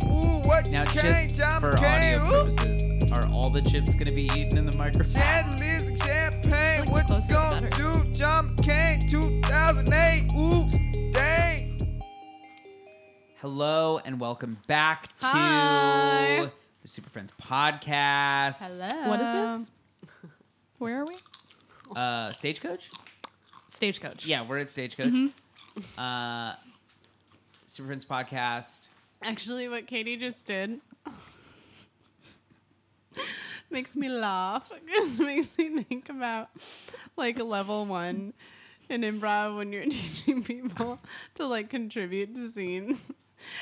Judge Now, Kane, just John for McCain. audio Woo! purposes, are all the chips going to be eaten in the microphone? Chad Liz and I Champagne. like the What you closer, the gonna do? John McCain, 2008. Ooh, dang. Hello and welcome back to Hi. the Super Friends podcast. Hello. What is this? Where are we? Uh, Stagecoach? Stagecoach. Yeah, we're at Stagecoach. Uh, Super Friends podcast. Actually, what Katie just did makes me laugh because it makes me think about like level one in improv when you're teaching people to like contribute to scenes.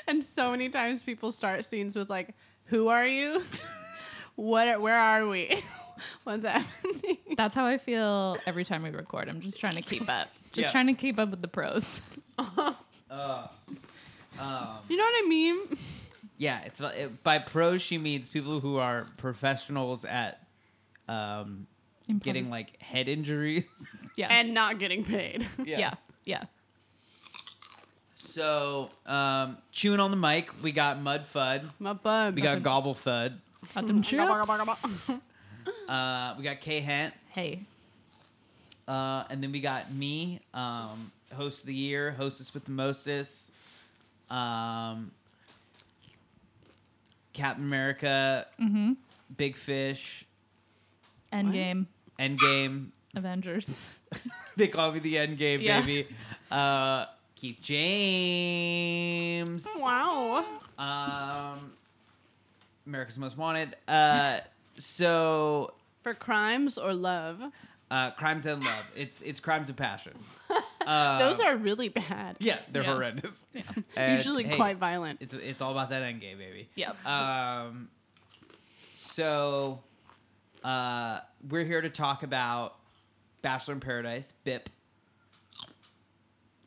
And so many times people start scenes with like, who are you? what are, where are we? What's happening? That's how I feel every time we record. I'm just trying to keep up. Just Yeah. trying to keep up with the pros. Uh, um, You know what I mean? yeah, it's uh, it, by pros she means people who are professionals at um, getting Improvise- like head injuries. yeah. And not getting paid. yeah. yeah. Hmm. So, um, chewing on the mic, we got Mud Fud, My bum. we got Gobble Fud, Got them chips. chips. uh, we got K Hent, hey. uh, and then we got me, um, host of the year, hostess with the mostest, um, Captain America, Mm-hmm. Mhm. Big Fish, Endgame. Endgame. Avengers. they call me the Endgame, Yeah. baby. Uh, Keith James. Wow. Um, America's Most Wanted. Uh, so For crimes or love? uh, Crimes and Love. It's it's Crimes of Passion. Uh, Those are really bad. yeah, they're Yeah. horrendous. And, Usually hey, quite violent. It's it's all about that Endgame, baby. Yep. Um, so uh, we're here to talk about Bachelor in Paradise, BIP.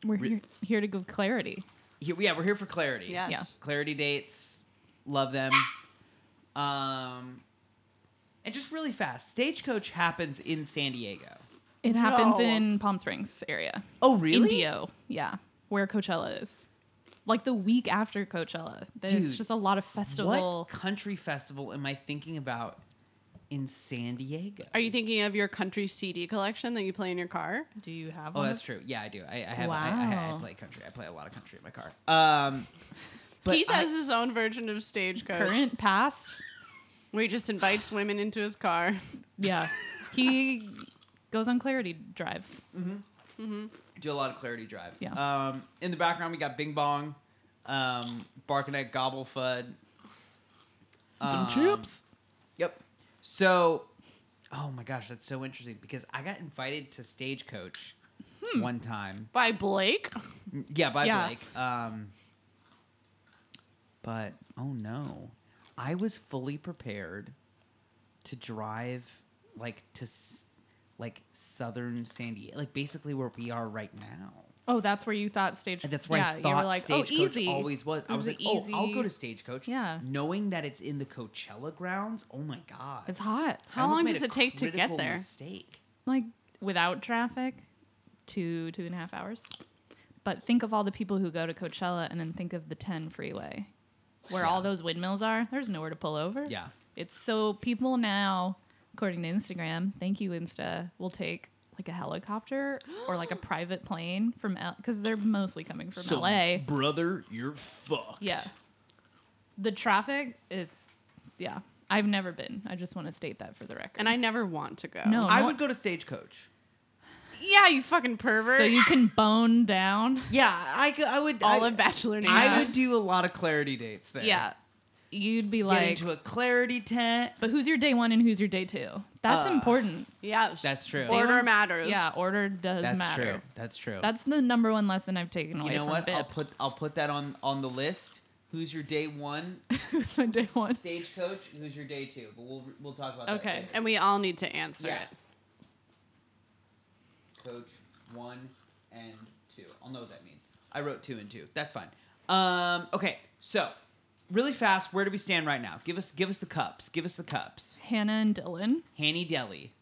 We're re- here, here to give clarity. Here, yeah, we're here for clarity. Yes. Yeah. clarity dates love them um and just really fast stagecoach happens in san diego It happens No. in Palm Springs area. oh really Indio. Yeah. Where Coachella is. Like the week after Coachella. Dude, It's just a lot of what festival. country festival am i thinking about in san diego Are you thinking of your country CD collection that you play in your car? Do you have oh one? that's true yeah i do i, I have I, I, I Wow. play country i play a lot of country in my car um but Keith I- has his own version of Stagecoach Current, past. where he just invites women into his car. Yeah. he goes on clarity drives. do a lot of clarity drives Yeah. um in the background we got bing bong um barking at gobble fud um, Yep. So, oh my gosh, that's so interesting because I got invited to Stagecoach Hmm. one time. By Blake? Yeah, by Yeah. Blake. Um, but oh no, I was fully prepared to drive like to s- like southern San Diego, like basically where we are right now. Oh, that's where you thought stage. And that's where I thought "Oh, Stagecoach always was. I oh, This was is like, an oh, I'll go easy- to Stagecoach. Yeah. knowing that it's in the Coachella grounds. Oh my god, It's hot. I How almost long made does a it take to get critical there? Mistake. Like without traffic, two two and a half hours. But think of all the people who go to Coachella, and then think of the ten freeway, where all those windmills are. There's nowhere to pull over. Yeah. It's so people now, according to Instagram, thank you Insta, will take like a helicopter or like a private plane from L because they're mostly coming from LA. brother, you're fucked. Yeah. The traffic is, yeah. I've never been. I just want to state that for the record. And I never want to go. no, I no- would go to Stagecoach. Yeah, you fucking pervert. So you can bone down. Yeah, I, cou- I would. All I, of Bachelor Nation. I would do a lot of clarity dates there. Yeah, you'd be Get like, into a clarity tent. but who's your day one and who's your day two? That's Uh, important. Yes. That's true. Day Order one- matters. Yeah, order does That's matter. true. That's true. That's the number one lesson I've taken away you know from what? BIP. I'll put I'll put that on on the list. Who's your day one Who's my day one? stagecoach? Who's your day two? But we'll we'll talk about that. Okay. later. And we all need to answer Yeah. it. Coach one and two. I'll know what that means. I wrote two and two. That's fine. Um, okay, so really fast, where do we stand right now? Give us give us the cups. Give us the cups. Hannah and Dylan. Hanny Deli,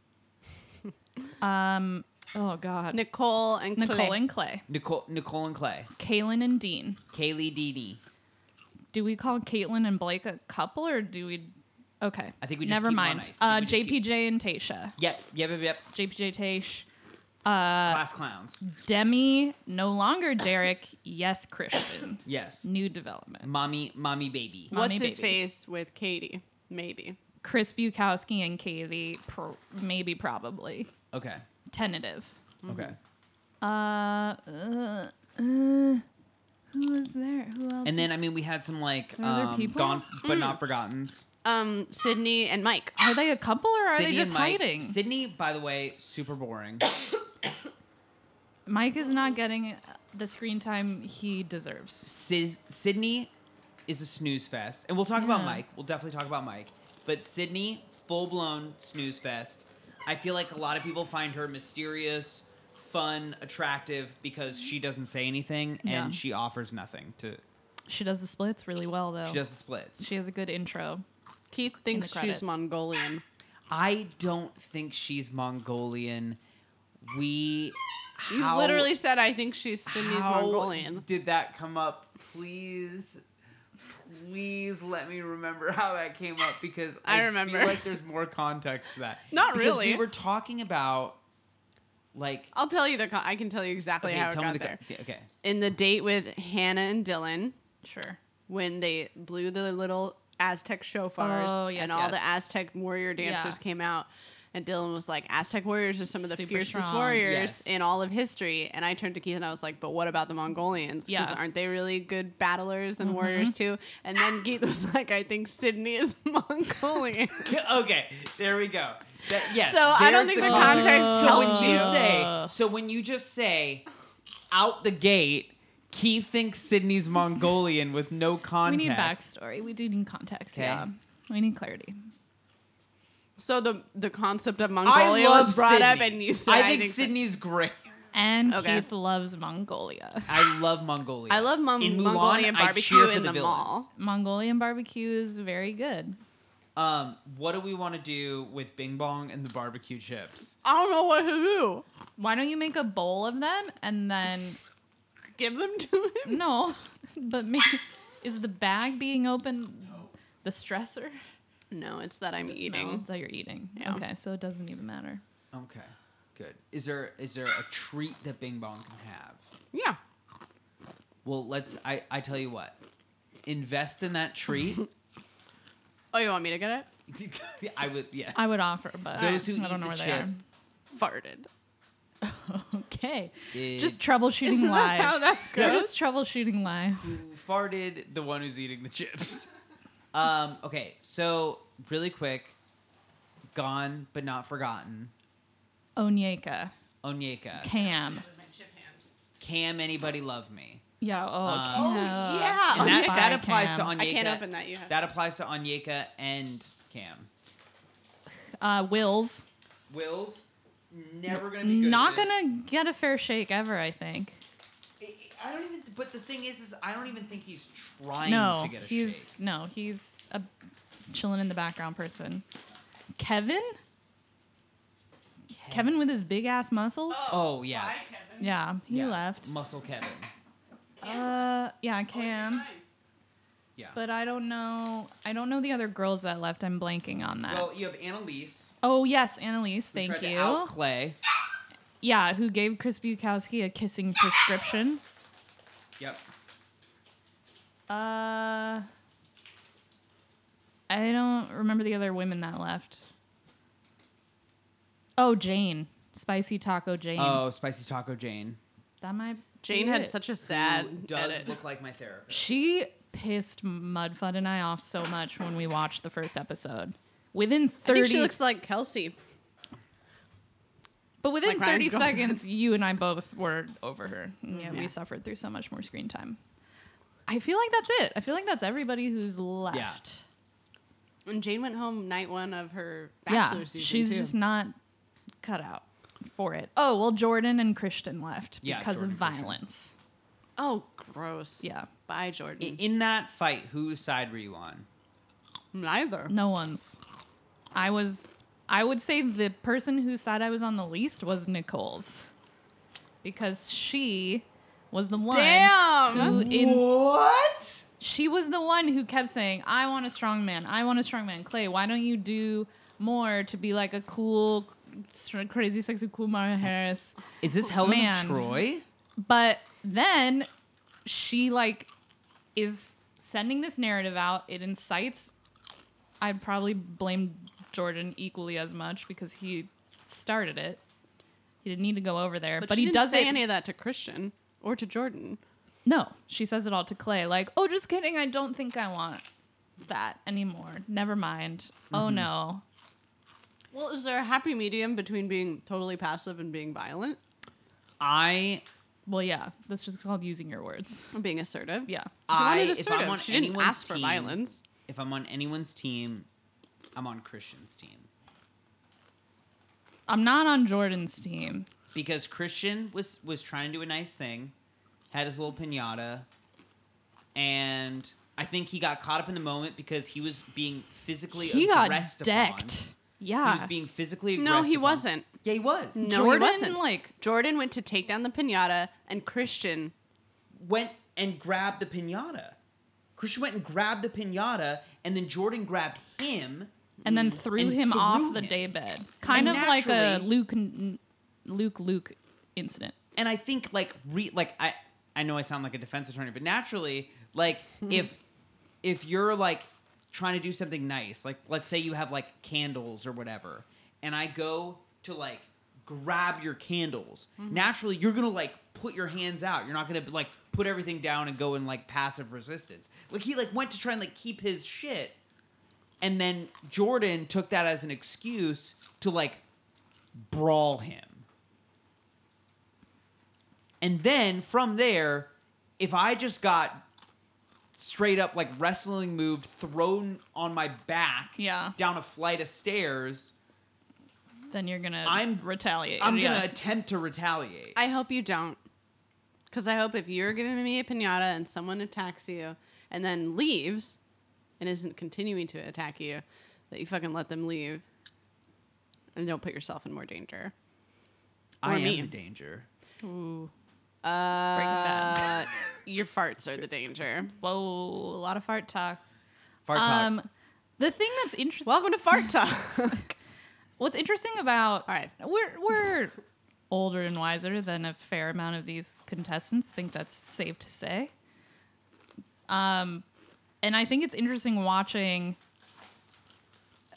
Um. Oh God. Nicole and Nicole Clay. and Clay. Nicole Nicole and Clay, Kaylin and Dean. Kaylee Dini, Do we call Caitlin and Blake a couple or do we? Okay. I think we just never keep 'em on mind. ice. I Uh, think we just JPJ keep- and Tasha. Yep, yep, yep, yep. JPJ Tash. Uh, Class clowns. Demi, no longer Derek. yes, Christian. Yes. New development. Mommy, mommy, baby. Mommy What's his baby. face with Katie? Maybe. Chris Bukowski and Katie, pro- maybe probably Okay. tentative. Okay. Uh, uh, uh, who was there? Who else? And then I mean we had some like Are there um, people? Mm. gone but not forgotten's. Um, Sydney and Mike. are they a couple or are Sydney they just and Mike. hiding? Sydney, by the way, super boring. Mike is not getting the screen time he deserves. Sis- Sydney is a snooze fest, and we'll talk about Yeah. Mike. We'll definitely talk about Mike. But Sydney, full blown snooze fest. I feel like a lot of people find her mysterious, fun, attractive because she doesn't say anything and Yeah. she offers nothing. To She does the splits really well though. she does the splits. She has a good intro. Keith thinks she's credits. Mongolian. I don't think she's Mongolian. We You how- literally said, "I think she's Sydney's How Mongolian." Did that come up? Please, please let me remember how that came up because I feel remember. like there's more context to that. Not Because We really. were talking about like I'll tell you the. Con- I can tell you exactly okay, how it tell got me the there. co- okay. In the date with Hannah and Dylan, Sure. when they blew the little Aztec shofars Oh, yes, and all the yes. Aztec warrior dancers Yeah. came out. And Dylan was like, Aztec warriors are some of the Super fiercest strong, warriors yes. in all of history. And I turned to Keith and I was like, but what about the Mongolians? Because Yeah. Mm-hmm. aren't they really good battlers and warriors too? And then Keith was like, I think Sydney is Mongolian. Okay, there we go. That, yes, so I don't there's think the, context. context Oh. So helps when you you. say, so when you just say, out the gate, Keith thinks Sydney's Mongolian with no We context. need backstory. We do need context. Okay. Yeah. We need clarity. So the the concept of I Mongolia love was brought up Sydney. and you said, I think Syd- Sydney's great. And Okay. Keith loves Mongolia. I love Mongolia. I love Mon- In Mulan, Mongolian I barbecue cheer for in the, villains. mall. Mongolian barbecue is very good. Um, what do we want to do with Bing Bong and the barbecue chips? I don't know what to do. Why don't you make a bowl of them and then Give them to him. no, but maybe is the bag being open the stressor? No, it's that I'm The eating. smell? So you're eating. Yeah. Okay, so it doesn't even matter. Okay, good. Is there is there a treat that Bing Bong can have? Yeah. Well, let's. I I tell you what, invest in that treat. Oh, you want me to get it? I would. Yeah. I would offer, but Those who I don't eat know where the they are. Farted. Okay, Did- just troubleshooting Isn't live. that how that We're goes? just troubleshooting live. Who farted? The one who's eating the chips. Um. Okay. So really quick, gone but not forgotten. Onyeka, Onyeka. Cam. Cam anybody love me? Yeah. Oh, Um, Cam. Oh, yeah, And that, Bye, that applies to Cam. Onyeka. I can't open that. You have. That applies to Onyeka and Cam. uh, Wills. Will's never gonna be good. Not at this. gonna get a fair shake ever. I think. I I don't even. But the thing is, is I don't even think he's trying no, to get a he's no, he's a chilling in the background person. Kevin. Kevin with his big ass muscles. shake. Oh yeah, Yeah, he yeah. left. Muscle Kevin. Uh, yeah, Cam. Yeah. But I don't know. I don't know the other girls that left. I'm blanking on that. well, you have Annalise. oh yes, Annalise. who Thank tried you. To out Clay. yeah, who gave Chris Bukowski a kissing prescription? Yep. Uh, I don't remember the other women that left. Oh, Jane, spicy taco Jane. Oh, Spicy Taco Jane. That might. Jane be had it. such a who sad does edit. look like my therapist. She pissed Mudfud and I off so much when we watched the first episode. Within I thirty, think she looks like Kelsey. but within like Ryan's thirty girlfriend. seconds, you and I both were over her. Yeah, we Yeah. suffered through so much more screen time. I feel like that's it. I feel like that's everybody who's left. When Jane went home night one of her yeah, bachelor season, she's too. just not cut out for it. Oh well, Jordan and Christian left Yeah, because Jordan of and Christian. violence. Oh, gross. Yeah, Bye, I- Jordan. In that fight, whose side were you on? Neither. no one's. I was. I would say the person whose side I was on the least was Nicole's, because she was the one Damn. who in what? She was the one who kept saying, I want a strong man. I want a strong man. Clay, why don't you do more to be like a cool, sort of crazy, sexy, cool Mara Harris? Is this Helen Man. of Troy? But then she like is sending this narrative out. It incites. I probably blame Jordan equally as much because he started it. He didn't need to go over there, but, But, she he didn't does say it. any of that to Christian or to Jordan. no, she says it all to Clay, like, "Oh, just kidding. I don't think I want that anymore. Never mind. Oh Mm-hmm. no, Well, is there a happy medium between being totally passive and being violent? I Well, yeah, that's just called using your words. Or being assertive? Yeah. I- wanted if I'm assertive. on she didn't anyone's ask for team- violence. if I'm on anyone's team, I'm on Christian's team. I'm not on Jordan's team. Because Christian was was trying to do a nice thing, had his little pinata, and I think he got caught up in the moment because he was being physically He got aggressed upon. decked. Yeah. He was being physically aggressed No, he upon. wasn't. Yeah, he was. No, Jordan, he wasn't. like- Jordan went to take down the pinata, and Christian went and grabbed the pinata. Christian went and grabbed the pinata, and then Jordan grabbed him. and then threw Mm. And him threw off the him. daybed. Kind And of like a naturally- Luke n- Luke Luke incident. And I think like re like I I know I sound like a defense attorney, but naturally, like if if you're like trying to do something nice, like let's say you have like candles or whatever, and I go to like grab your candles, naturally you're gonna like put your hands out. You're not gonna like put everything down and go in like passive resistance. Like he like went to try and like keep his shit. And then Jordan took that as an excuse to like brawl him. And then from there, if I just got straight up like wrestling moved, thrown on my back Yeah. down a flight of stairs, Then you're gonna I'm- retaliate. I'm yeah. gonna attempt to retaliate. I hope you don't. Because I hope if you're giving me a pinata and someone attacks you and then leaves and isn't continuing to attack you, that you fucking let them leave and don't put yourself in more danger. I or am me. the danger. Ooh. Uh, breaking down. your farts are the danger. Whoa, a lot of fart talk. Fart talk. Um the thing that's interesting Welcome to Fart Talk. what's interesting about All right. we're we're older and wiser than a fair amount of these contestants think that's safe to say um and i think it's interesting watching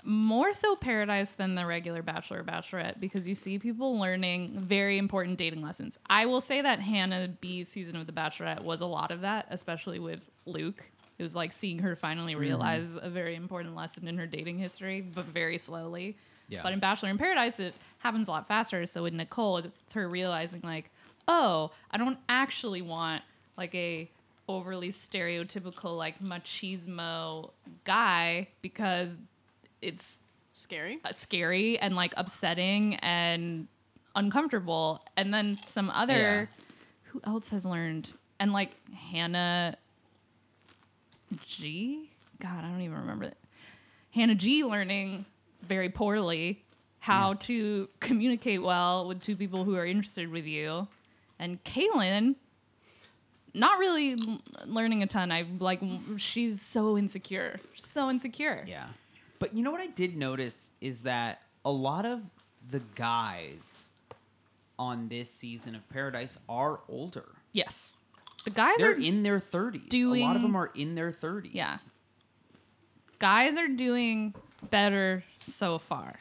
more so paradise than the regular bachelor or bachelorette because you see people learning very important dating lessons i will say that hannah b's season of the bachelorette was a lot of that especially with luke it was like seeing her finally realize a very important lesson in her dating history but very slowly Yeah. but in bachelor in paradise it happens a lot faster so with nicole it's her realizing like oh i don't actually want like a overly stereotypical like machismo guy because it's Scary. uh, scary and like upsetting and uncomfortable. And then some other who else has learned? And like Hannah G? God, I don't even remember that. Hannah G learning very poorly how to communicate well with two people who are interested with you. And Kaylin not really l- learning a ton. I like she's so insecure. So insecure. Yeah. But you know what I did notice is that a lot of the guys on this season of Paradise are older. Yes. The guys They're are in their 30s. a lot doing- of them are in their 30s. Yeah. Guys are doing better so far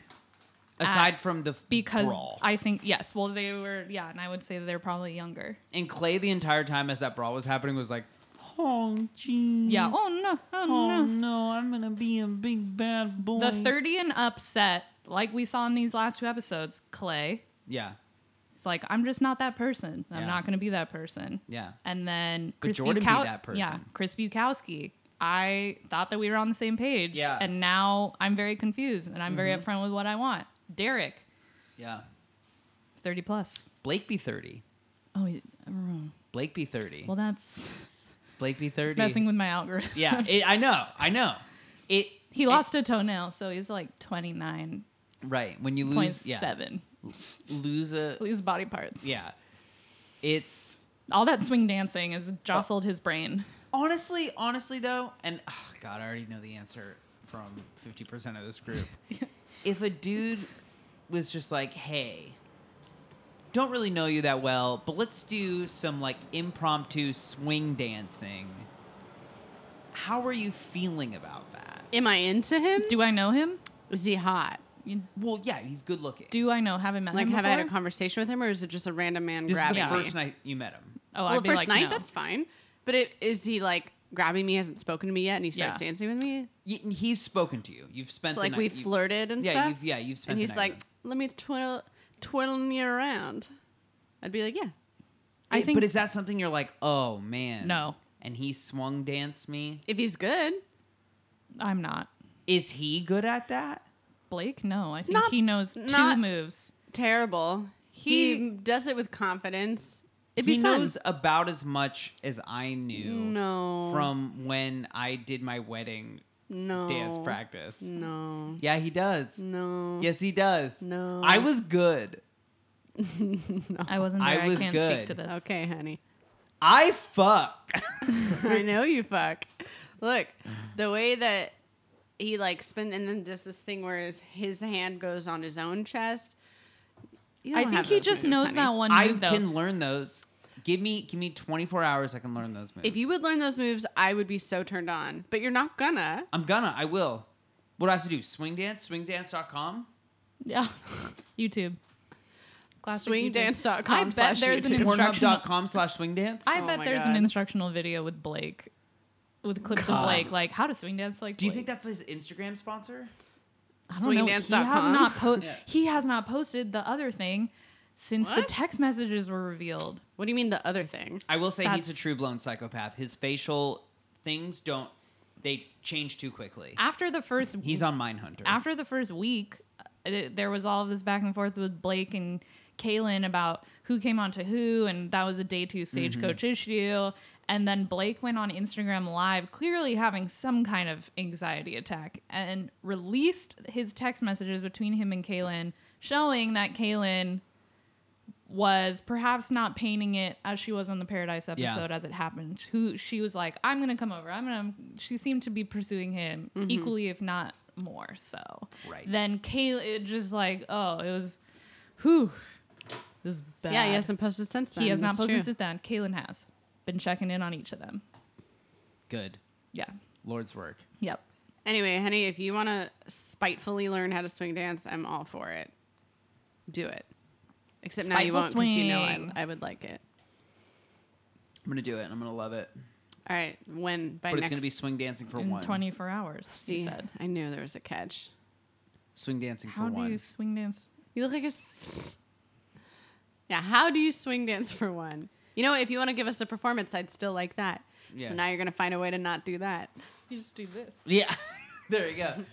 Aside from the because brawl. I think yes, well they were yeah, and I would say they're probably younger. and Clay the entire time as that brawl was happening was like, "Oh jeez. Yeah. Oh no. Oh, no. no, I'm going to be a big bad boy." The 30 and upset, like we saw in these last two episodes, Clay. Yeah. It's like I'm just not that person. I'm Yeah. not going to be that person. Yeah. And then Could Chris Jordan be Bukow- that person? Yeah, Chris Bukowski. I thought that we were on the same page. Yeah. Mm-hmm. And now I'm very confused, and I'm very upfront with what I want. Derek, Yeah. 30 plus. Blake be 30. Oh, y- mm. Blake be 30. well, that's Blake be 30. it's messing with my algorithm. yeah, it, I know. I know. It he it- lost a toenail, so he's like twenty nine right when you point lose yeah, seven. lose a Lose body parts. yeah. It's all that swing dancing has jostled his brain. Honestly, honestly though, and oh God, I already know the answer from fifty percent of this group. If a dude was just like, "Hey, don't really know you that well, but let's do some like impromptu swing dancing," how are you feeling about that? Am I into him? Do I know him? Is he hot? You- Well, yeah, he's good looking. Do I know? Haven't met Like, him. have I had a before? conversation with him, or is it just a random man this is the grabbing me? first night you met him. Oh, well, I'd the be first like, night, no. that's fine. But it, is he like grabbing me? Hasn't spoken to me yet, and he starts Yeah. dancing with me. Y- and he's spoken to you. You've spent It's the like night- we you- flirted and yeah, stuff. You've, yeah, you've spent. and the he's night like, with him. "Let me twirl, twirl me around." I'd be like, "Yeah, I Yeah, think. but is that something you're like, oh man, No. And he swung dance me. if he's good." I'm not Is he good at that? Blake. No, I think Not- he knows two not- moves. Terrible. He, He- does it with confidence. It'd be he fun. knows about as much as I knew. No. From when I did my wedding no dance practice. No, Yeah, he does. no. Yes, he does. No. I was good. I wasn't I there. I, was can't good. speak to this. Oh. Okay, honey. I fuck. I know you fuck. Look, the way that he like spin and then does this thing where his, his hand goes on his own chest. You I don't think have he those just moves, knows honey. that one I move though. can learn those. Give me give me 24 hours I can learn those moves. If you would learn those moves, I would be so turned on. But you're not gonna. I'm gonna. I will. What do I have to do? Swing dance? Swingdance.com? Yeah. YouTube. Classic YouTube. Swingdance.com. I bet slash there's an YouTube. instruction- Instructional- Pornhub.com slash swingdance? I Oh bet my there's God. an instructional video with Blake, with clips God. of Blake, like how to swing dance. Like, Do you Blake. think that's his Instagram sponsor? I don't know. He has Swingdance.com? not po- Yeah. He has not posted the other thing since the What? text messages were revealed. What do you mean the other thing? I will say he's That's- a true blown psychopath. His facial things don't they change too quickly. After the first, He's on Mindhunter. after the first week, uh, th- there was all of this back and forth with Blake and Kaylin about who came on to who, and that was a day two stagecoach issue. And then Blake went on Instagram Live, clearly having some kind of anxiety attack, and released his text messages between him and Kaylin, showing that Kaylin was perhaps not painting it as she was on the Paradise episode Yeah. as it happened. Who she was like, I'm gonna come over. I'm gonna. She seemed to be pursuing him equally, if not more. So Mm-hmm. Right. then Kayla it just like, oh, it was, whew, this is bad. Yeah, he hasn't posted since then. He has not That's posted true. since then. Kaylin has been checking in on each of them. Good. Yeah. Lord's work. Yep. Anyway, honey, if you want to spitefully learn how to swing dance, I'm all for it. Do it. Except now you won't Spiteful because you know I, swing. I would like it. I'm gonna do it and I'm gonna love it. All right, when by But next it's gonna be swing dancing for In one. 24 hours, he See, said. I knew there was a catch. Swing dancing How for do one. you swing dance? You look like a. s- Yeah, how do you swing dance for one? You know, if you want to give us a performance, I'd still like that. Yeah. So now you're gonna find a way to not do that. You just do this. Yeah. there you go.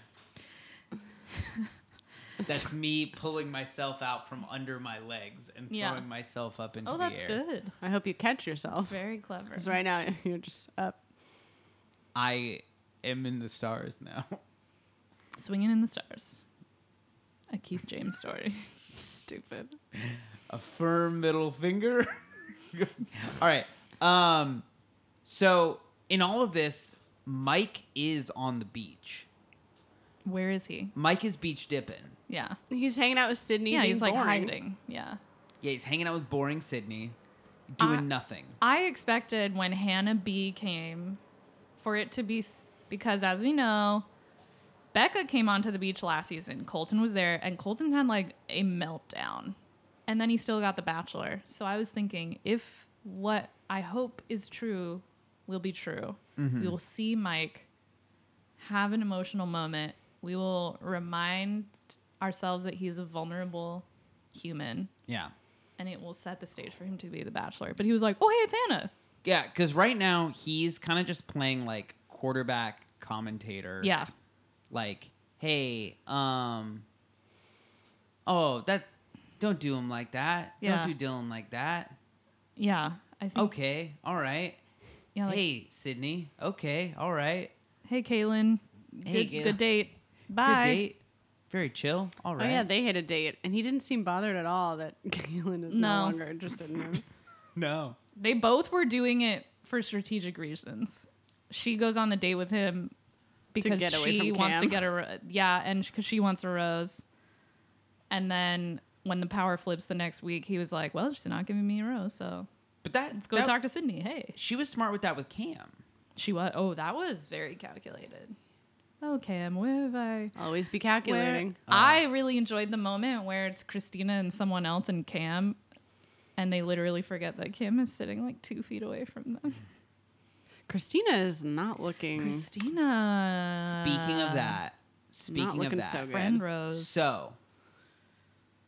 That's me pulling myself out from under my legs and throwing Yeah. myself up into Oh, the that's air. Oh. good. I hope you catch That's yourself. very clever. Because right now you're just uh, up. I am in the stars now. Swinging in the stars. A Keith James story. Stupid. a firm middle finger. all right. Um so in all of this, Mike is on the beach. Where is he? Mike is beach dipping. Yeah. He's hanging out with Sydney. Yeah, being he's like boring. hiding. Yeah. Yeah, he's hanging out with boring Sydney, doing I- nothing. I expected when Hannah B came for it to be s- because, as we know, Becca came onto the beach last season. Colton was there, and Colton had like a meltdown. And then he still got The Bachelor. So I was thinking if what I hope is true will be true, Mm-hmm. we will see Mike have an emotional moment. We will remind ourselves that he's a vulnerable human Yeah. and it will set the stage for him to be the bachelor. But he was like, "Oh, hey, it's Hannah." Yeah, because right now he's kind of just playing like quarterback commentator. Yeah, Like, hey, um, oh, that, don't do him like that. Yeah. Don't do Dylan like that. yeah. I think. Okay, all right. Yeah. Like, hey, hey, Sydney. Okay, all right. hey, Kaylin. Hey, good, Kayla. good date. Good Bye. date. Very chill. All Oh right. yeah, they had a date, and he didn't seem bothered at all that Galen is no, No. longer interested in him. no. They both were doing it for strategic reasons. she goes on the date with him because get away she from wants to Cam. get a ro- yeah, and because she wants a rose. And then when the power flips the next week, he was like, "Well, she's not giving me a rose, so But that let's go that- talk to Sydney." Hey, She was smart with that with Cam. she was. Oh, that was very calculated. Oh, Cam, where have I? Always be where- calculating. Uh. I really enjoyed the moment where it's Christina and someone else and Cam, and they literally forget that Cam is sitting like two feet away from them. Christina is not looking. Christina. Mm-hmm. Speaking of that, speaking of looking that, so good. friend Rose. so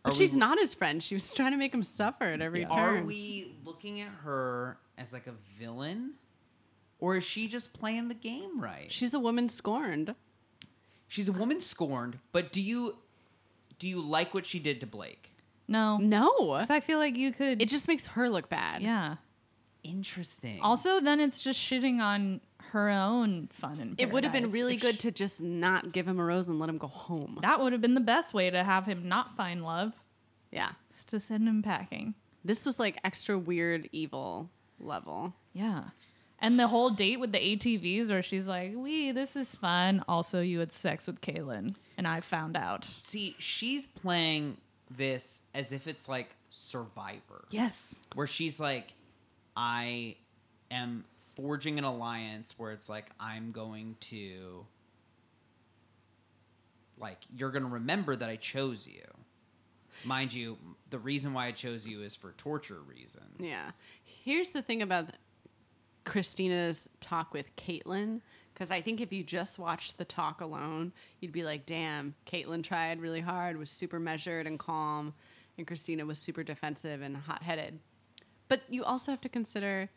are but she's we- not his friend. She was trying to make him suffer at every Are turn. we looking at her as like a villain, or is she just playing the game right? She's a woman scorned. She's a woman scorned, but do you do you like what she did to Blake? no, No. because I feel like you could. It just makes her look bad. yeah. Interesting. Also, then it's just shitting on her own fun and. It would have been paradise really if good she- to just not give him a rose and let him go home. that would have been the best way to have him not find love, Yeah. is to send him packing. This was like extra weird evil level. Yeah. And the whole date with the ATVs where she's like, Wee, this is fun. Also, you had sex with Kaylin. And I found out. see, she's playing this as if it's like Survivor, Yes. where she's like, I am forging an alliance where it's like I'm going to, like, you're gonna remember that I chose you. Mind you, the reason why I chose you is for torture reasons. Yeah. Here's the thing about Christina's talk with Caitlin, because I think if you just watched the talk alone, you'd be like, damn, Caitlin tried really hard, was super measured and calm, and Christina was super defensive and hot headed. But you also have to consider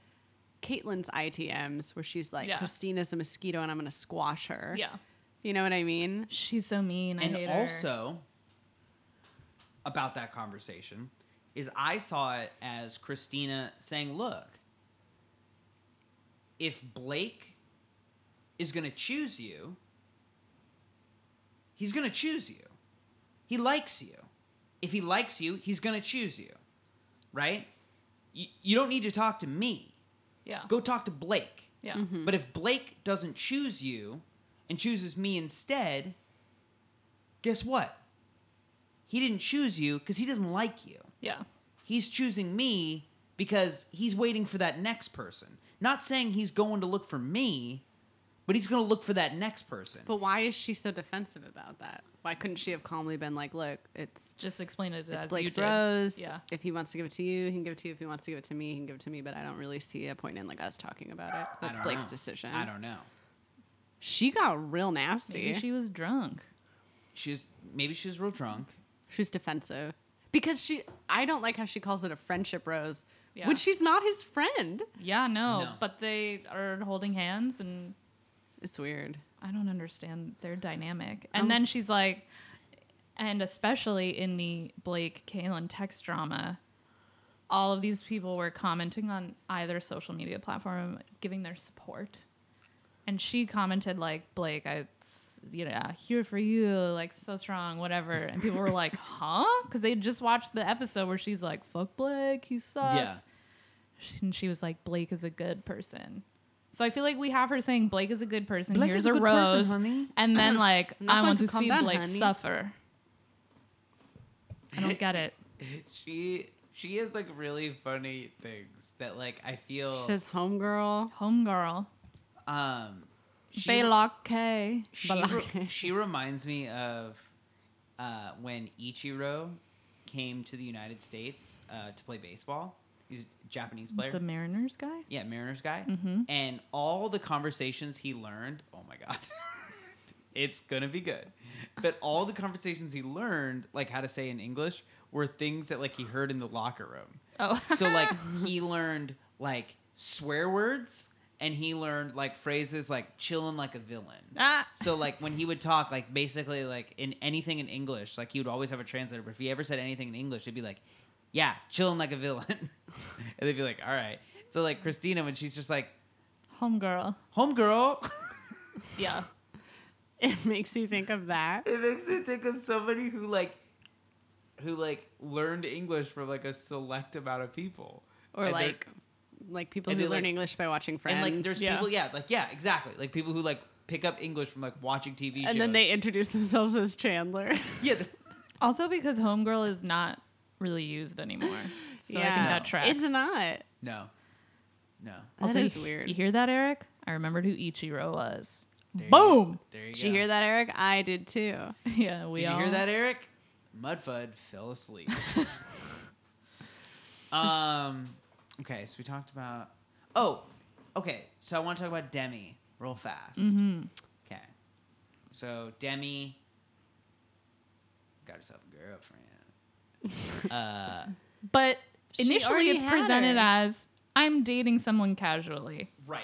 Caitlin's ITMs, where she's like, Yeah. Christina's a mosquito and I'm going to squash her. Yeah. You know what I mean? She's so mean. I hate and her. also about that conversation is I saw it as Christina saying, "Look, if Blake is going to choose you, he's going to choose you. He likes you. If he likes you, he's going to choose you. Right? You, you don't need to talk to me. yeah. Go talk to Blake." yeah. Mm-hmm. But if Blake doesn't choose you and chooses me instead, guess what? He didn't choose you because he doesn't like you. Yeah. He's choosing me because he's waiting for that next person. Not saying he's going to look for me, but he's going to look for that next person. But why is she so defensive about that? Why couldn't she have calmly been like, look, it's Just explain it it's as you Blake's did. rose. Yeah. If he wants to give it to you, he can give it to you. If he wants to give it to me, he can give it to me. But I don't really see a point in like us talking about it. I That's don't Blake's know. decision. I don't know. She got real nasty. Maybe she was drunk. She's maybe she's real drunk. she was defensive because she. I don't like how she calls it a friendship rose Yeah. when she's not his friend. Yeah, no, No. But they are holding hands and It's weird. I don't understand their dynamic. And then she's like, and especially in the Blake Kalen text drama, all of these people were commenting on either social media platform, giving their support. And she commented like, Blake, I, you know, here for you, like so strong, whatever. And people were like, huh? Because they just watched the episode where she's like, fuck Blake, he sucks and she was like, Blake is a good person. So I feel like we have her saying Blake is a good person. Blake Here's is a a, good person, rose, honey. and then like I'm not I going want to to, calm see down, Blake honey." suffer. I don't get it. She she has like really funny things that like I feel She says, "Homegirl." Homegirl, um she- Baylock K. she, Balake. re- she reminds me of uh, when Ichiro came to the United States uh, to play baseball. He's a Japanese player. the Mariners guy. yeah, Mariners guy. And all the conversations he learned, oh my God. it's going to be good. But all the conversations he learned, like how to say in English, were things that like he heard in the locker room. Oh, So like he learned like swear words and he learned like phrases like chillin' like a villain. ah, So like when he would talk, like basically like in anything in English, like he would always have a translator. But if he ever said anything in English, it'd be like, "Yeah, chilling like a villain," and they'd be like, "All right." So like Christina, when she's just like, Homegirl. "Homegirl," Yeah, It makes you think of that. it makes me think of somebody who like, who like learned English from like a select amount of people, Or And they're- like like people And who they, learn like- English by watching Friends. and like there's yeah. people, yeah, like yeah, exactly, like people who like pick up English from like watching TV shows. and then they introduce themselves as Chandler. yeah, th- Also because Homegirl is not really used anymore. So I think that tracks. It's not. no, no. That is also, you- weird. You hear that, Eric? I remembered who Ichiro was. There you- Boom! there you Did go. you hear that, Eric? I did too. Yeah, we Did you all hear that, Eric? Mudfud fell asleep. um, okay, so we talked about. Oh, okay. So I want to talk about Demi real fast. Okay. So Demi got herself a girlfriend. uh, But She initially, already it's had presented her. as I'm dating someone casually, right.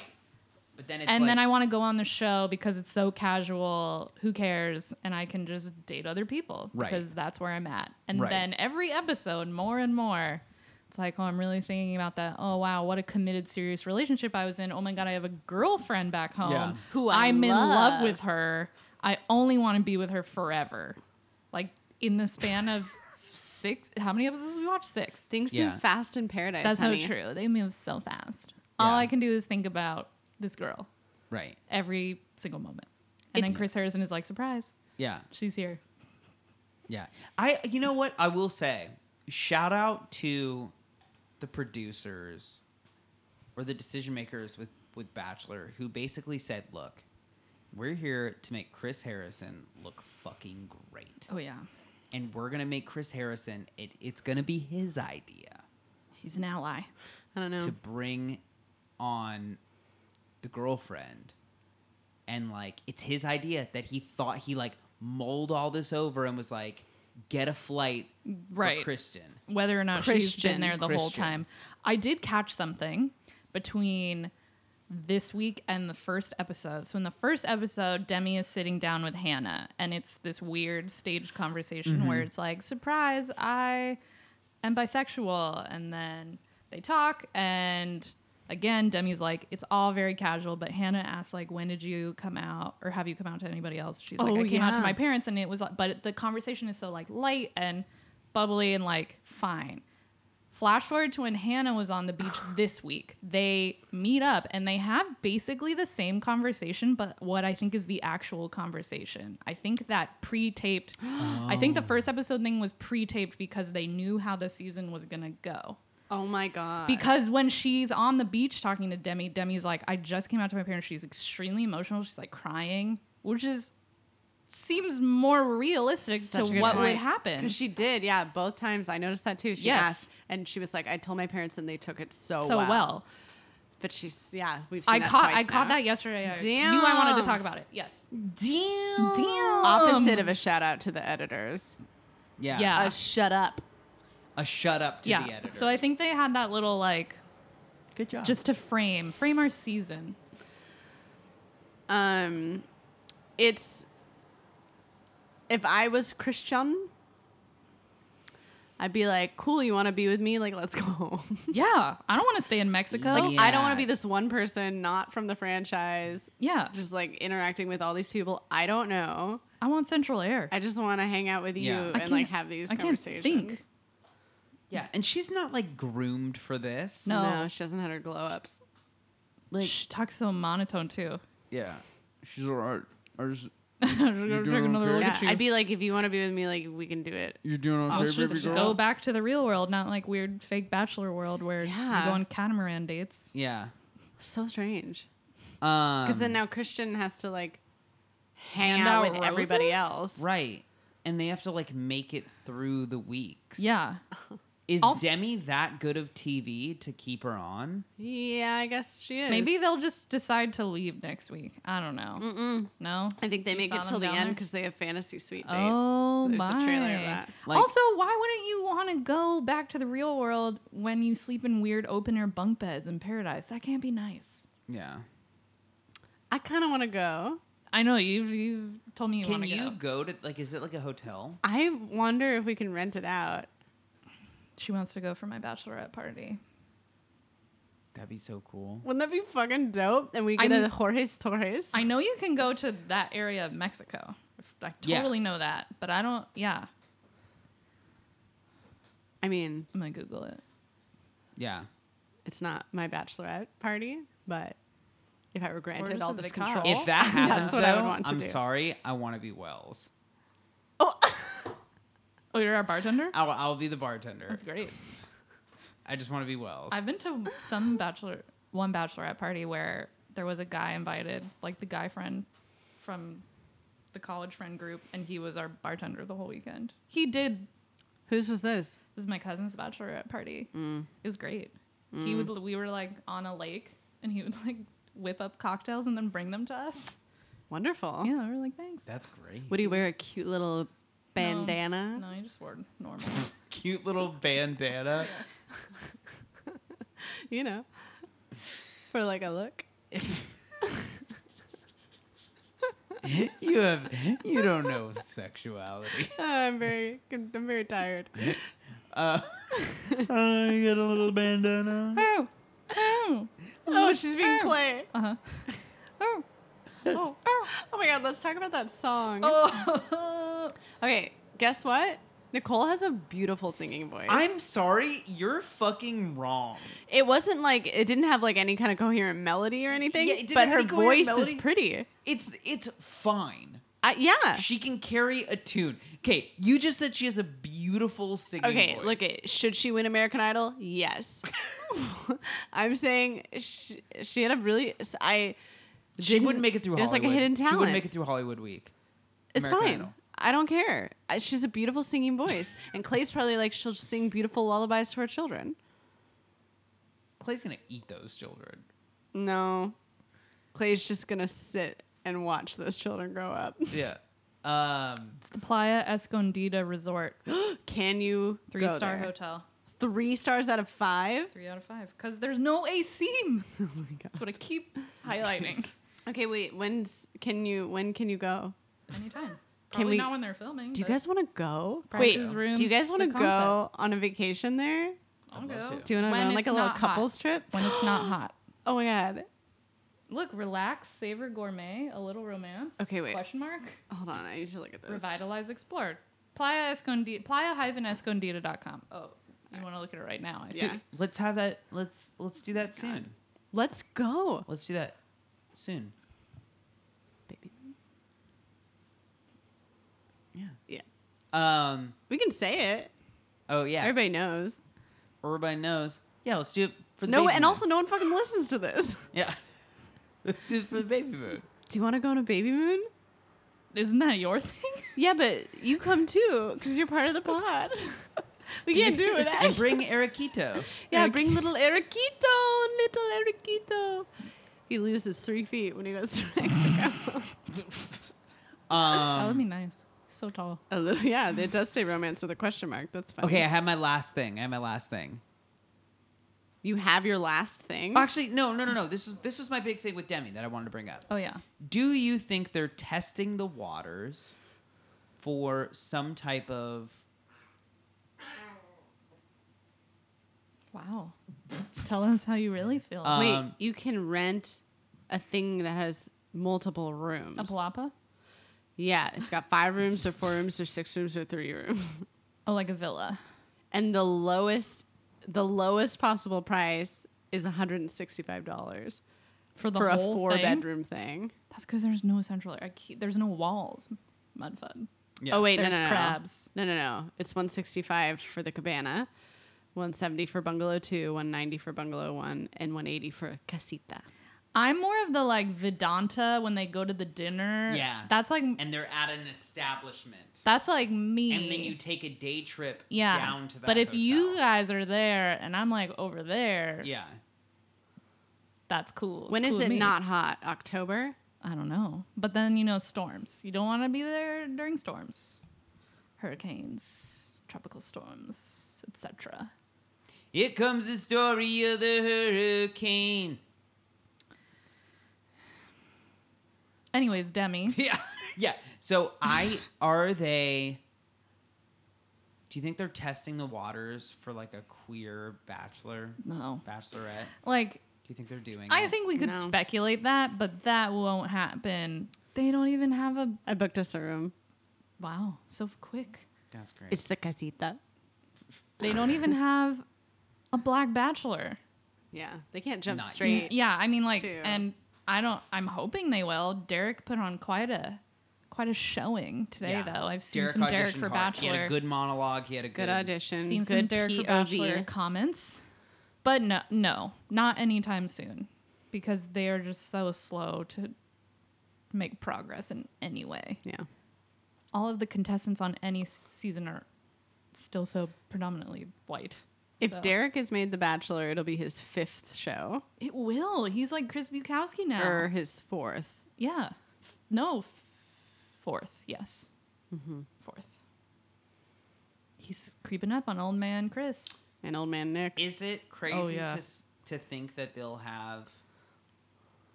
But then it's and like, then I want to go on the show because it's so casual. Who cares? And I can just date other people Right. because that's where I'm at. And Right. then every episode, more and more, it's like, oh, I'm really thinking about that. Oh wow, what a committed, serious relationship I was in. Oh my god, I have a girlfriend back home Yeah. Who I I'm in love love. with her. I only want to be with her forever. Like in the span of six, how many episodes did we watch? Six. Things Yeah. move fast in paradise. That's honey. not true. They move so fast. All Yeah. I can do is think about this girl right. every single moment. And then It's- Chris Harrison is like, surprise, Yeah. she's here. Yeah. I you know what I will say? Shout out to the producers or the decision makers with with Bachelor who basically said, "Look, we're here to make Chris Harrison look fucking great. Oh, yeah. And we're going to make Chris Harrison it, it's going to be his idea He's an ally. I don't know. to bring on the girlfriend and like it's his idea that he thought he like mulled all this over and was like get a flight Right. for Kristen Whether or not she's Christian. been there the whole Christian. time. I did catch something between this week and the first episode. So in the first episode, Demi is sitting down with Hannah, and it's this weird staged conversation where it's like, "Surprise, I am bisexual," and then they talk, and again, Demi's like, "It's all very casual," but Hannah asks, "Like, when did you come out, or have you come out to anybody else?" She's like, Oh, "I came out to yeah. my parents," and it was, like, but the conversation is so like light and bubbly and like fine. Flash forward to when Hannah was on the beach this week. They meet up and they have basically the same conversation, but what I think is the actual conversation. I think that pre taped, I think Oh. the first episode thing was pre taped because they knew how the season was going to go. oh my god. Because when she's on the beach talking to Demi, Demi's like, I just came out to my parents. She's extremely emotional. She's like crying, which is seems more realistic Such a to good what would point. happen. 'Cause she did, yeah. Both times I noticed that too. She Yes. asked, and she was like, "I told my parents, and they took it so, so well. well. But she's, yeah, we've. Seen I that caught twice I caught now. that yesterday. I Damn. knew I wanted to talk about it. Yes. Damn. Opposite of a shout out to the editors. Yeah. Um, Yeah. a shut up. A shut up to yeah. the editor. So I think they had that little like Oh. good job. just to frame frame our season. Um, it's if I was Christian, I'd be like, "Cool, you want to be with me? Like, let's go home." Yeah. I don't want to stay in Mexico. Like- I don't want Yeah. to be this one person, not from the franchise, yeah. just like interacting with all these people I don't know. I want central air. I just want to hang out with you Yeah. I and like have these I can't conversations. think. yeah, and she's not like groomed for this. No. No. she doesn't have her glow ups. Like She talks so monotone too. yeah, she's alright. I just I'm just gonna You're take doing another okay? look Yeah, at you. I'd be like, if you want to be with me, like we can do it. you're doing okay, Let's just go back to the real world, not like weird fake bachelor world where Yeah. you go on catamaran dates. Yeah. So strange. Um. Because then now Christian has to like hang Hand out out with everybody roses? else. Um, Right. And they have to like make it through the weeks. Yeah. Is Also- Demi that good of TV to keep her on? Yeah, I guess she is. Maybe they'll just decide to leave next week. I don't know. Mm-mm. No. I think they You make saw it them till the down end there? because they have fantasy suite dates. Oh There's my! a trailer of that. Like- also, why wouldn't you want to go back to the real world when you sleep in weird open air bunk beds in paradise? That can't be nice. Yeah. I kind of want to go. I know you've you've told me you Can want you to go. go. to like is it like a hotel? I wonder if we can rent it out. She wants to go for my bachelorette party. That'd be so cool. Wouldn't that be fucking dope? And we get I'm- a Jorge Torres. I know you can go to that area of Mexico. I Yeah. totally know that, but I don't. Yeah, I mean, I'm gonna Google it. Yeah. It's not my bachelorette party, but if I were granted just all in the this car. control, Well, If that happens, that's what I would though, want to I'm do. sorry. I want to be Wells. Oh, Oh, you're our bartender? Uh, I'll, I'll be the bartender. That's great. I just want to be Wells. I've been to some bachelor, one bachelorette party where there was a guy invited, like the guy friend from the college friend group, and he was our bartender the whole weekend. He did. whose was this? This is my cousin's bachelorette party. Mm. It was great. He would. We were like on a lake, and he would like whip up cocktails and then bring them to us. Wonderful. Yeah, we were like, thanks. That's great. Would he wear a cute little bandana? no, he just wore normal. Cute little bandana. You know, for like a look. you have you don't know sexuality. Oh, I'm very, I'm very tired. Uh, I got a little bandana. oh, oh, Oh, she's being Clay. uh huh. Oh, Oh, oh my God! Let's talk about that song. oh. Okay, guess what? Nicole has a beautiful singing voice. I'm sorry, you're fucking wrong. It wasn't like it didn't have like any kind of coherent melody or anything. Yeah, it didn't but have her any coherent voice melody. is pretty. It's it's fine. I, yeah. She can carry a tune. Okay, you just said she has a beautiful singing okay. voice. Look it. Should she win American Idol? Yes. I'm saying she, she had a really. I. She didn't- wouldn't make it through It was Hollywood. like a hidden She talent. wouldn't make it through Hollywood Week. it's American fine. Idol. I don't care. I- She's a beautiful singing voice, and Clay's probably like she'll sing beautiful lullabies to her children. Clay's gonna eat those children. No, Clay's just gonna sit and watch those children grow up. Yeah. Um It's the Playa Escondida Resort, Can you three go star there? hotel. Three stars out of five. Three out of five. Because there's no AC. Oh my god. That's what I keep highlighting. Okay, wait. When's can you? When can you go? Anytime. Can Probably we- not when they're filming. Do you but guys want to go? Prices, wait, rooms, do you guys want to the go concept. on a vacation there? I'll I'd love go. to. Do you When want to go on like it's a little not hot. couples trip? When it's not hot. Oh my god. Look, relax, savor gourmet, a little romance. Okay, wait. Question mark. Hold on, I need to look at this. Revitalize, explore. Playa Escondida, playa-escondida.com. Oh, you want to look at it right now? I see. Yeah. let's have that let's let's do that soon. Let's go, Let's do that soon. baby. Yeah. Yeah, Um we can say it. oh yeah. Everybody, Everybody knows. knows. Yeah, let's do it for the No, baby and moon. also no one fucking listens to this. Yeah. let's do it for the baby moon. Do you want to go on a baby moon? Isn't that your thing? Yeah, but you come too because you're part of the pod. we can't do it. And bring Eriquito. Yeah, bring little Eriquito, little Eriquito. He loses three feet when he goes to Mexico. that would Um be nice. So tall. a little, yeah, it does say romance with a question mark. That's funny. Okay, I have my last thing. I have my last thing. you have your last thing. Actually, no, no, no, no. This was this was my big thing with Demi that I wanted to bring up. Oh, yeah. Do you think they're testing the waters for some type of Wow. Tell us how you really feel. Uh, Wait, um, you can rent a thing that has multiple rooms. a palapa? Yeah, it's got five rooms, or four rooms, or six rooms, or three rooms. Oh, like a villa. And the lowest, the lowest possible price is one hundred and sixty-five dollars For the for a whole thing? four-bedroom thing. That's because there's no central. I keep, there's no walls, Mudfud. Yeah. Oh wait, no, There's no, no, crabs. No, no, no. It's one sixty-five for the cabana, one seventy for bungalow two, one ninety for bungalow one, and one eighty for casita. I'm more of the like Vedanta when they go to the dinner. Yeah. that's like and they're at an establishment? that's like me. and then you take a day trip yeah. down to that. but if you hotel. guys are there and I'm like over there, yeah, that's cool. It's When is cool with it me. not hot? October. I don't know. But then you know storms. You don't want to be there during storms, hurricanes, tropical storms, etc. here comes the story of the hurricane. Anyways, Demi, Yeah, yeah. So I are they? Do you think they're testing the waters for like a queer bachelor, no, bachelorette? like Do you think they're doing? I it? think we could No. speculate that, but that won't happen. They don't even have a I booked us a room. wow, so quick. that's great. It's the casita. They don't even have a black bachelor. Yeah, they can't jump Not yet. straight. Yeah, I mean, like, too. and I don't. I'm hoping they will. Derek put on quite a quite a showing today, Yeah. though. I've seen some Derek auditioned for hard. He had Bachelor. a good monologue. He had a good, Good audition. seen good some Derek for Bachelor POV. comments, but no, no, not anytime soon, because they are just so slow to make progress in any way. Yeah. All of the contestants on any s- season are still so predominantly white. If So- Derek is made The Bachelor, it'll be his fifth show it will, he's like Chris Bukowski now. or his fourth. Yeah. F- No, f- fourth. Yes. Mm-hmm. Fourth. He's creeping up on old man Chris. And Old Man Nick. Is it crazy Oh, yeah. to s- to think that they'll have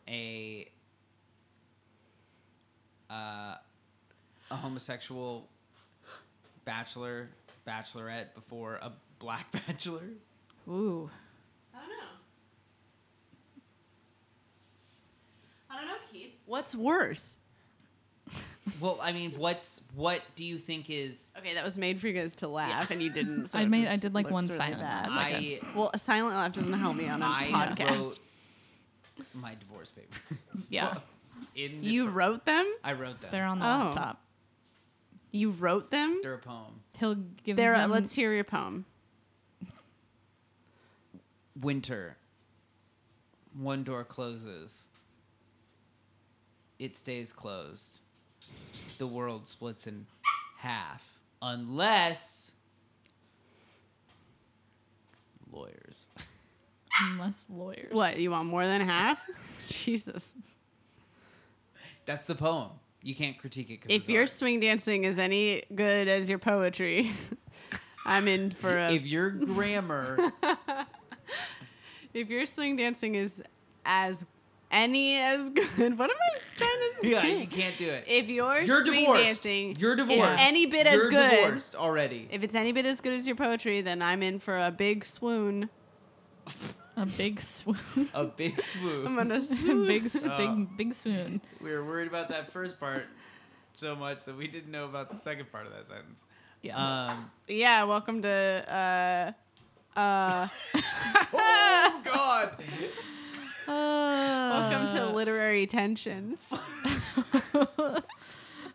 a uh, a homosexual bachelor bachelorette before a black bachelor? Ooh. I don't know. I don't know, Keith. What's worse? Well, I mean, what's what do you think is Okay, that was made for you guys to laugh, and you didn't. so I it made- just I did, like, looks one silent bad. laugh. I Okay. Well, a silent laugh doesn't help me on a I podcast. wrote my divorce papers. Yeah. In the- You wrote them. I wrote them. They're on the Oh. laptop. You wrote them. They're a poem. He'll give There. them. uh, let's hear your poem. winter one door closes it stays closed the world splits in half unless lawyers unless lawyers. What you want more than half? Jesus. that's the poem you can't critique it 'cause If it's your art. swing dancing is any good as your poetry, I'm in for a. if your grammar If your swing dancing is as any as good, what am I trying to say? yeah you can't do it If your you're swing divorced dancing you're divorced is any bit as You're good, divorced already if it's any bit as good as your poetry, then I'm in for a big swoon. A big swoon. a big swoon I'm gonna swoon. big, s- Oh. big, big swoon. we were worried about that first part so much that we didn't know about the second part of that sentence Yeah. Um, Yeah, welcome to uh, uh, oh God! welcome Uh, to literary tension. what?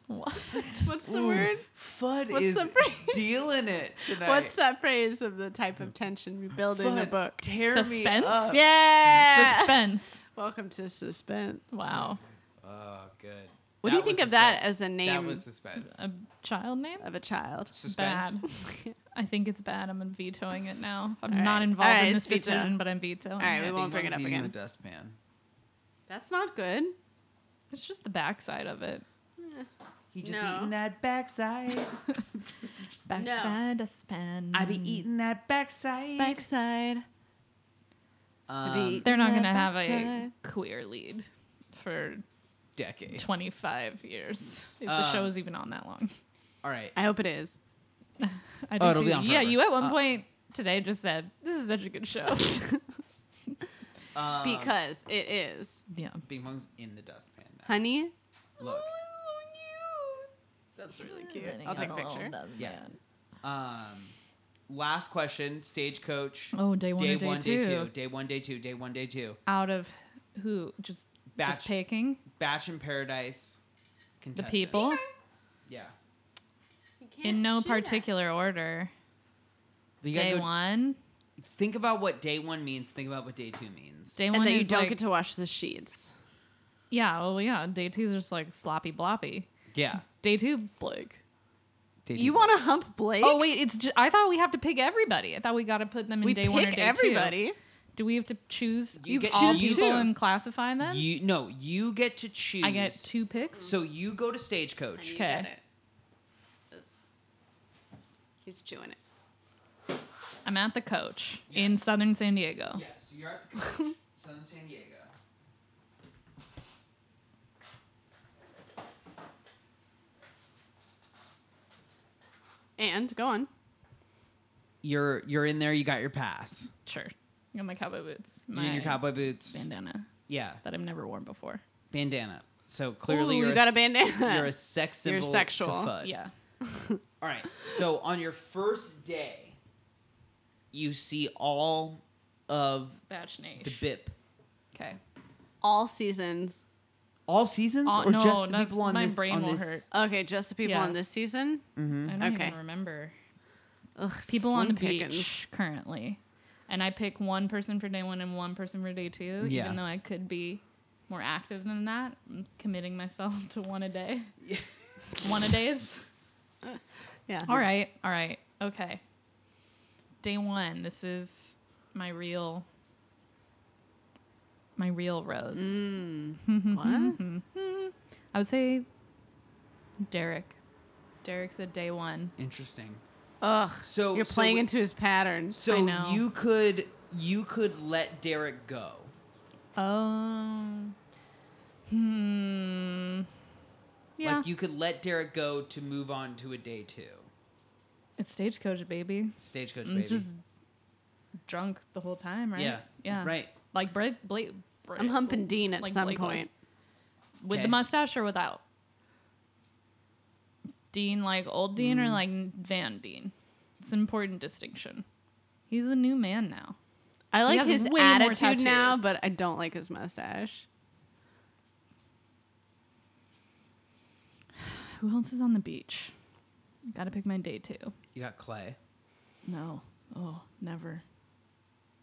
What's the word? Fud What's is the phrase? dealing it tonight. What's that phrase of the type of tension we build in a Fud, book? Tear Suspense? Me up. yeah. Suspense. welcome to suspense. Wow. Oh, good. What do That you think was of that suspense. as a name That was suspense. A child name? of a child? Suspense. Bad. I think it's bad. I'm vetoing it now. I'm All right. not involved All right, in this it's veto. decision, but I'm vetoing All right, it. we won't bring it up Eating again. The dustpan. That's not good. It's just the backside of it. He just No. eating that backside. Backside a span. I be eating that backside. Backside. Um, They're not the going to have a backside. queer lead for decades. 25 years if Uh, the show is even on that long. All right. I hope it is. I oh, it'll be on yeah, forever. you at one Uh, point today just said this is such a good show. Um, Because it is. yeah. Bing Bong's in the dustpan. Now. Honey? Look. That's really cute. I'll take a picture. Yeah. Um, last question. Stagecoach. Oh, day one day or day one, two. day two, day one, day two, day one, day two. Out of who? Just Batch. just picking Batch in Paradise. the Contestants. people Yeah. in no particular order. You gotta Day go- one. Think about what day one means. Think about what day two means. Day one And that you is don't like- get to wash the sheets. Yeah, well, yeah. Day two is just like sloppy bloppy. yeah. Day two, Blake. Day You two. want to hump Blake? Oh wait, it's. Just, I thought we have to pick everybody. I thought we got to put them in we day pick one or day two. everybody. Do we have to choose You get- all choose people two. and classify them? You no. You get to choose. I get two picks. So you go to stagecoach. you get Okay. He's chewing it. I'm at the coach in Yes. Southern San Diego. Yeah. So you're at the coach, Southern San Diego. And go on. You're you're in there. You got your pass. Sure. I got my cowboy boots. You're My in your cowboy boots. bandana Yeah, that I've never worn before. bandana. So clearly Ooh, you're you a- got a bandana. You're a sex symbol. You're to sexual. FUD. Yeah. All right. So on your first day, you see all of Batch Nation. the BIP? Okay. All seasons. All seasons Uh, or no, just the that's- people on my this? brain on will this? Hmm? hurt. Okay, just the people Yeah. on this season. I don't Okay. even remember. Ugh, People on the slim pickings. beach currently. And I pick one person for day one and one person for day two, Yeah. even though I could be more active than that. I'm committing myself to one a day. one a days. Yeah. All right. All right. Okay. Day one. This is my real. My real rose. Mm. What? I would say Derek. Derek's a day one. Interesting. Ugh. So You're so playing we- into his patterns. So know. you could you could let Derek go. Um. Hmm. Yeah. Like you could let Derek go to move on to a day two. it's stagecoach, baby. Stagecoach I'm baby. Mm, Just drunk the whole time, right? Yeah. Yeah. Right. Like Blake. Blake I'm humping Dean at like some Blake was. point. with Okay. the mustache or without. Dean, like old Dean Mm. or like Van Dean. It's an important distinction. He's a new man now. I like has his way more attitude now, tattoos. but I don't like his mustache. Who else is on the beach? Got to pick my day two. You got Clay. No. Oh, never.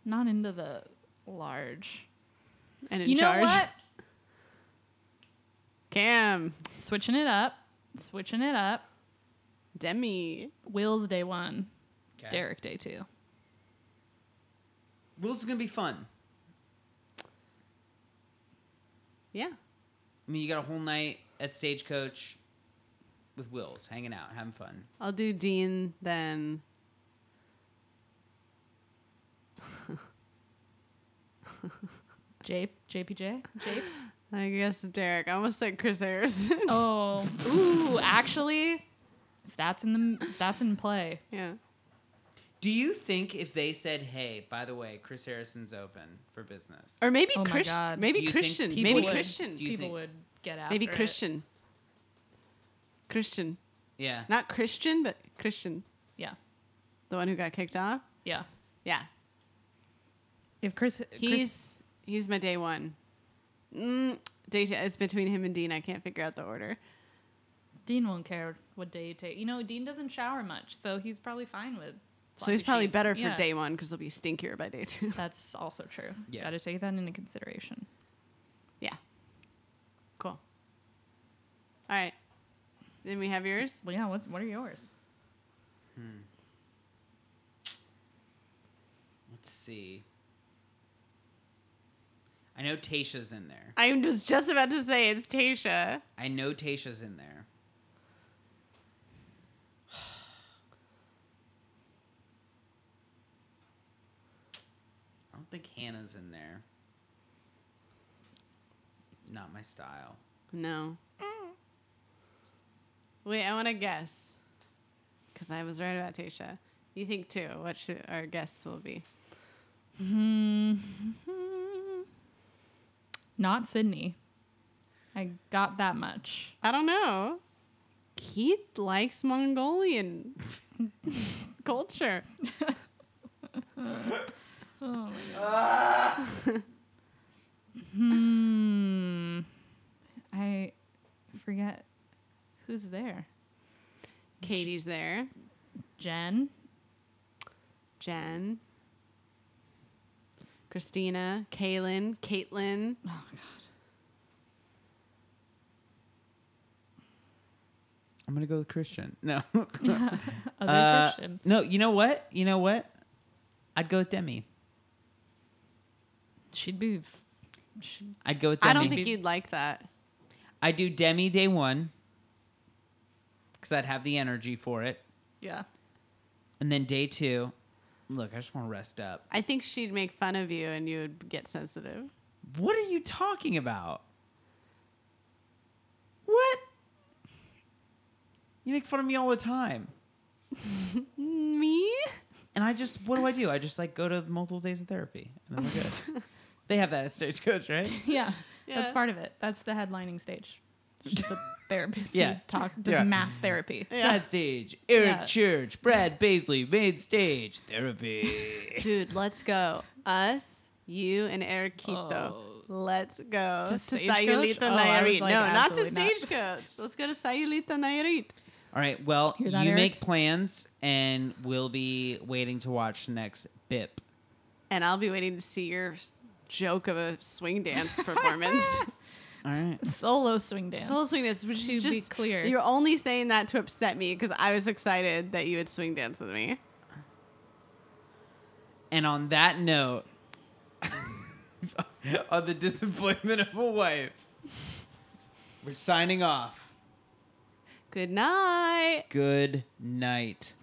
Not into the large. And in you charge. know what? Cam, Switching it up. Switching it up. Demi. Will's day one. Okay. Derek day two. Will's is gonna be fun. Yeah. I mean, you got a whole night at Stagecoach with Will's, hanging out, having fun. I'll do Dean then. Jape. JPJ. Japes. I guess Derek. I almost said Chris Harrison. Oh, ooh, actually, if that's in the if that's in play. yeah. Do you think if they said, "Hey, by the way, Chris Harrison's open for business," Or maybe Oh my Chris- God. Do Maybe you think Christian. people Maybe would- Christian. do you people think- would get after Maybe it. Christian. Christian. yeah, Not Christian, but Christian. Yeah, The one who got kicked off. yeah. Yeah. If Chris, Chris, He's he's my day one. Mm, day two, it's between him and Dean. I can't figure out the order. Dean won't care what day you take. You know, Dean doesn't shower much, so he's probably fine with. So he's floppy probably sheets. better for Yeah. day one because they'll be stinkier by day two. That's also true. Yeah. Got to take that into consideration. yeah. Cool. All right. Then we have yours. Well, yeah. What's what are yours? let's see. I know Tasha's in there. I was just about to say it's Tasha. I know Tasha's in there. I don't think Hannah's in there. Not my style. No. Wait, I want to guess. Because I was right about Tasha. You think too. What should our guess will be? Hmm. Not Sydney. I got that much. I don't know. Keith likes Mongolian culture. Hmm. I forget who's there. Katie's there. Jen. Jen. Christina, Kaylin, Caitlin. Oh God. I'm gonna go with Christian. No. Other Uh, Christian. No, you know what? You know what? I'd go with Demi. She'd be. f- She'd, I'd go with Demi. I don't think you'd like that. I do Demi day one because I'd have the energy for it, yeah. and then day two. Look, I just want to rest up. I think she'd make fun of you and you would get sensitive. What are you talking about? What? You make fun of me all the time. Me? And I just, what do I do? I just like go to multiple days of therapy and then we're good. they have that at Stagecoach, right? Yeah. Yeah. That's part of it. That's the headlining stage. She's a therapist. Yeah. who talk did Yeah. mass therapy. Side stage, Eric Yeah. Church, Brad Paisley, main stage, therapy. Dude, let's go. Us, you, and Eric Quito. Oh. Let's go to, Stagecoach? Sayulita Oh, I was Nayarit. like, no, not to absolutely not. Stagecoach. Let's go to Sayulita Nayarit. All right, well, Hear you that, Eric? make plans, and we'll be waiting to watch the next BIP. And I'll be waiting to see your joke of a swing dance performance. All right. Solo swing dance. Soul swing dance, which To is be just clear. You're only saying that to upset me because I was excited that you would swing dance with me. And on that note, on the disappointment of a wife, we're signing off. Good night. Good night.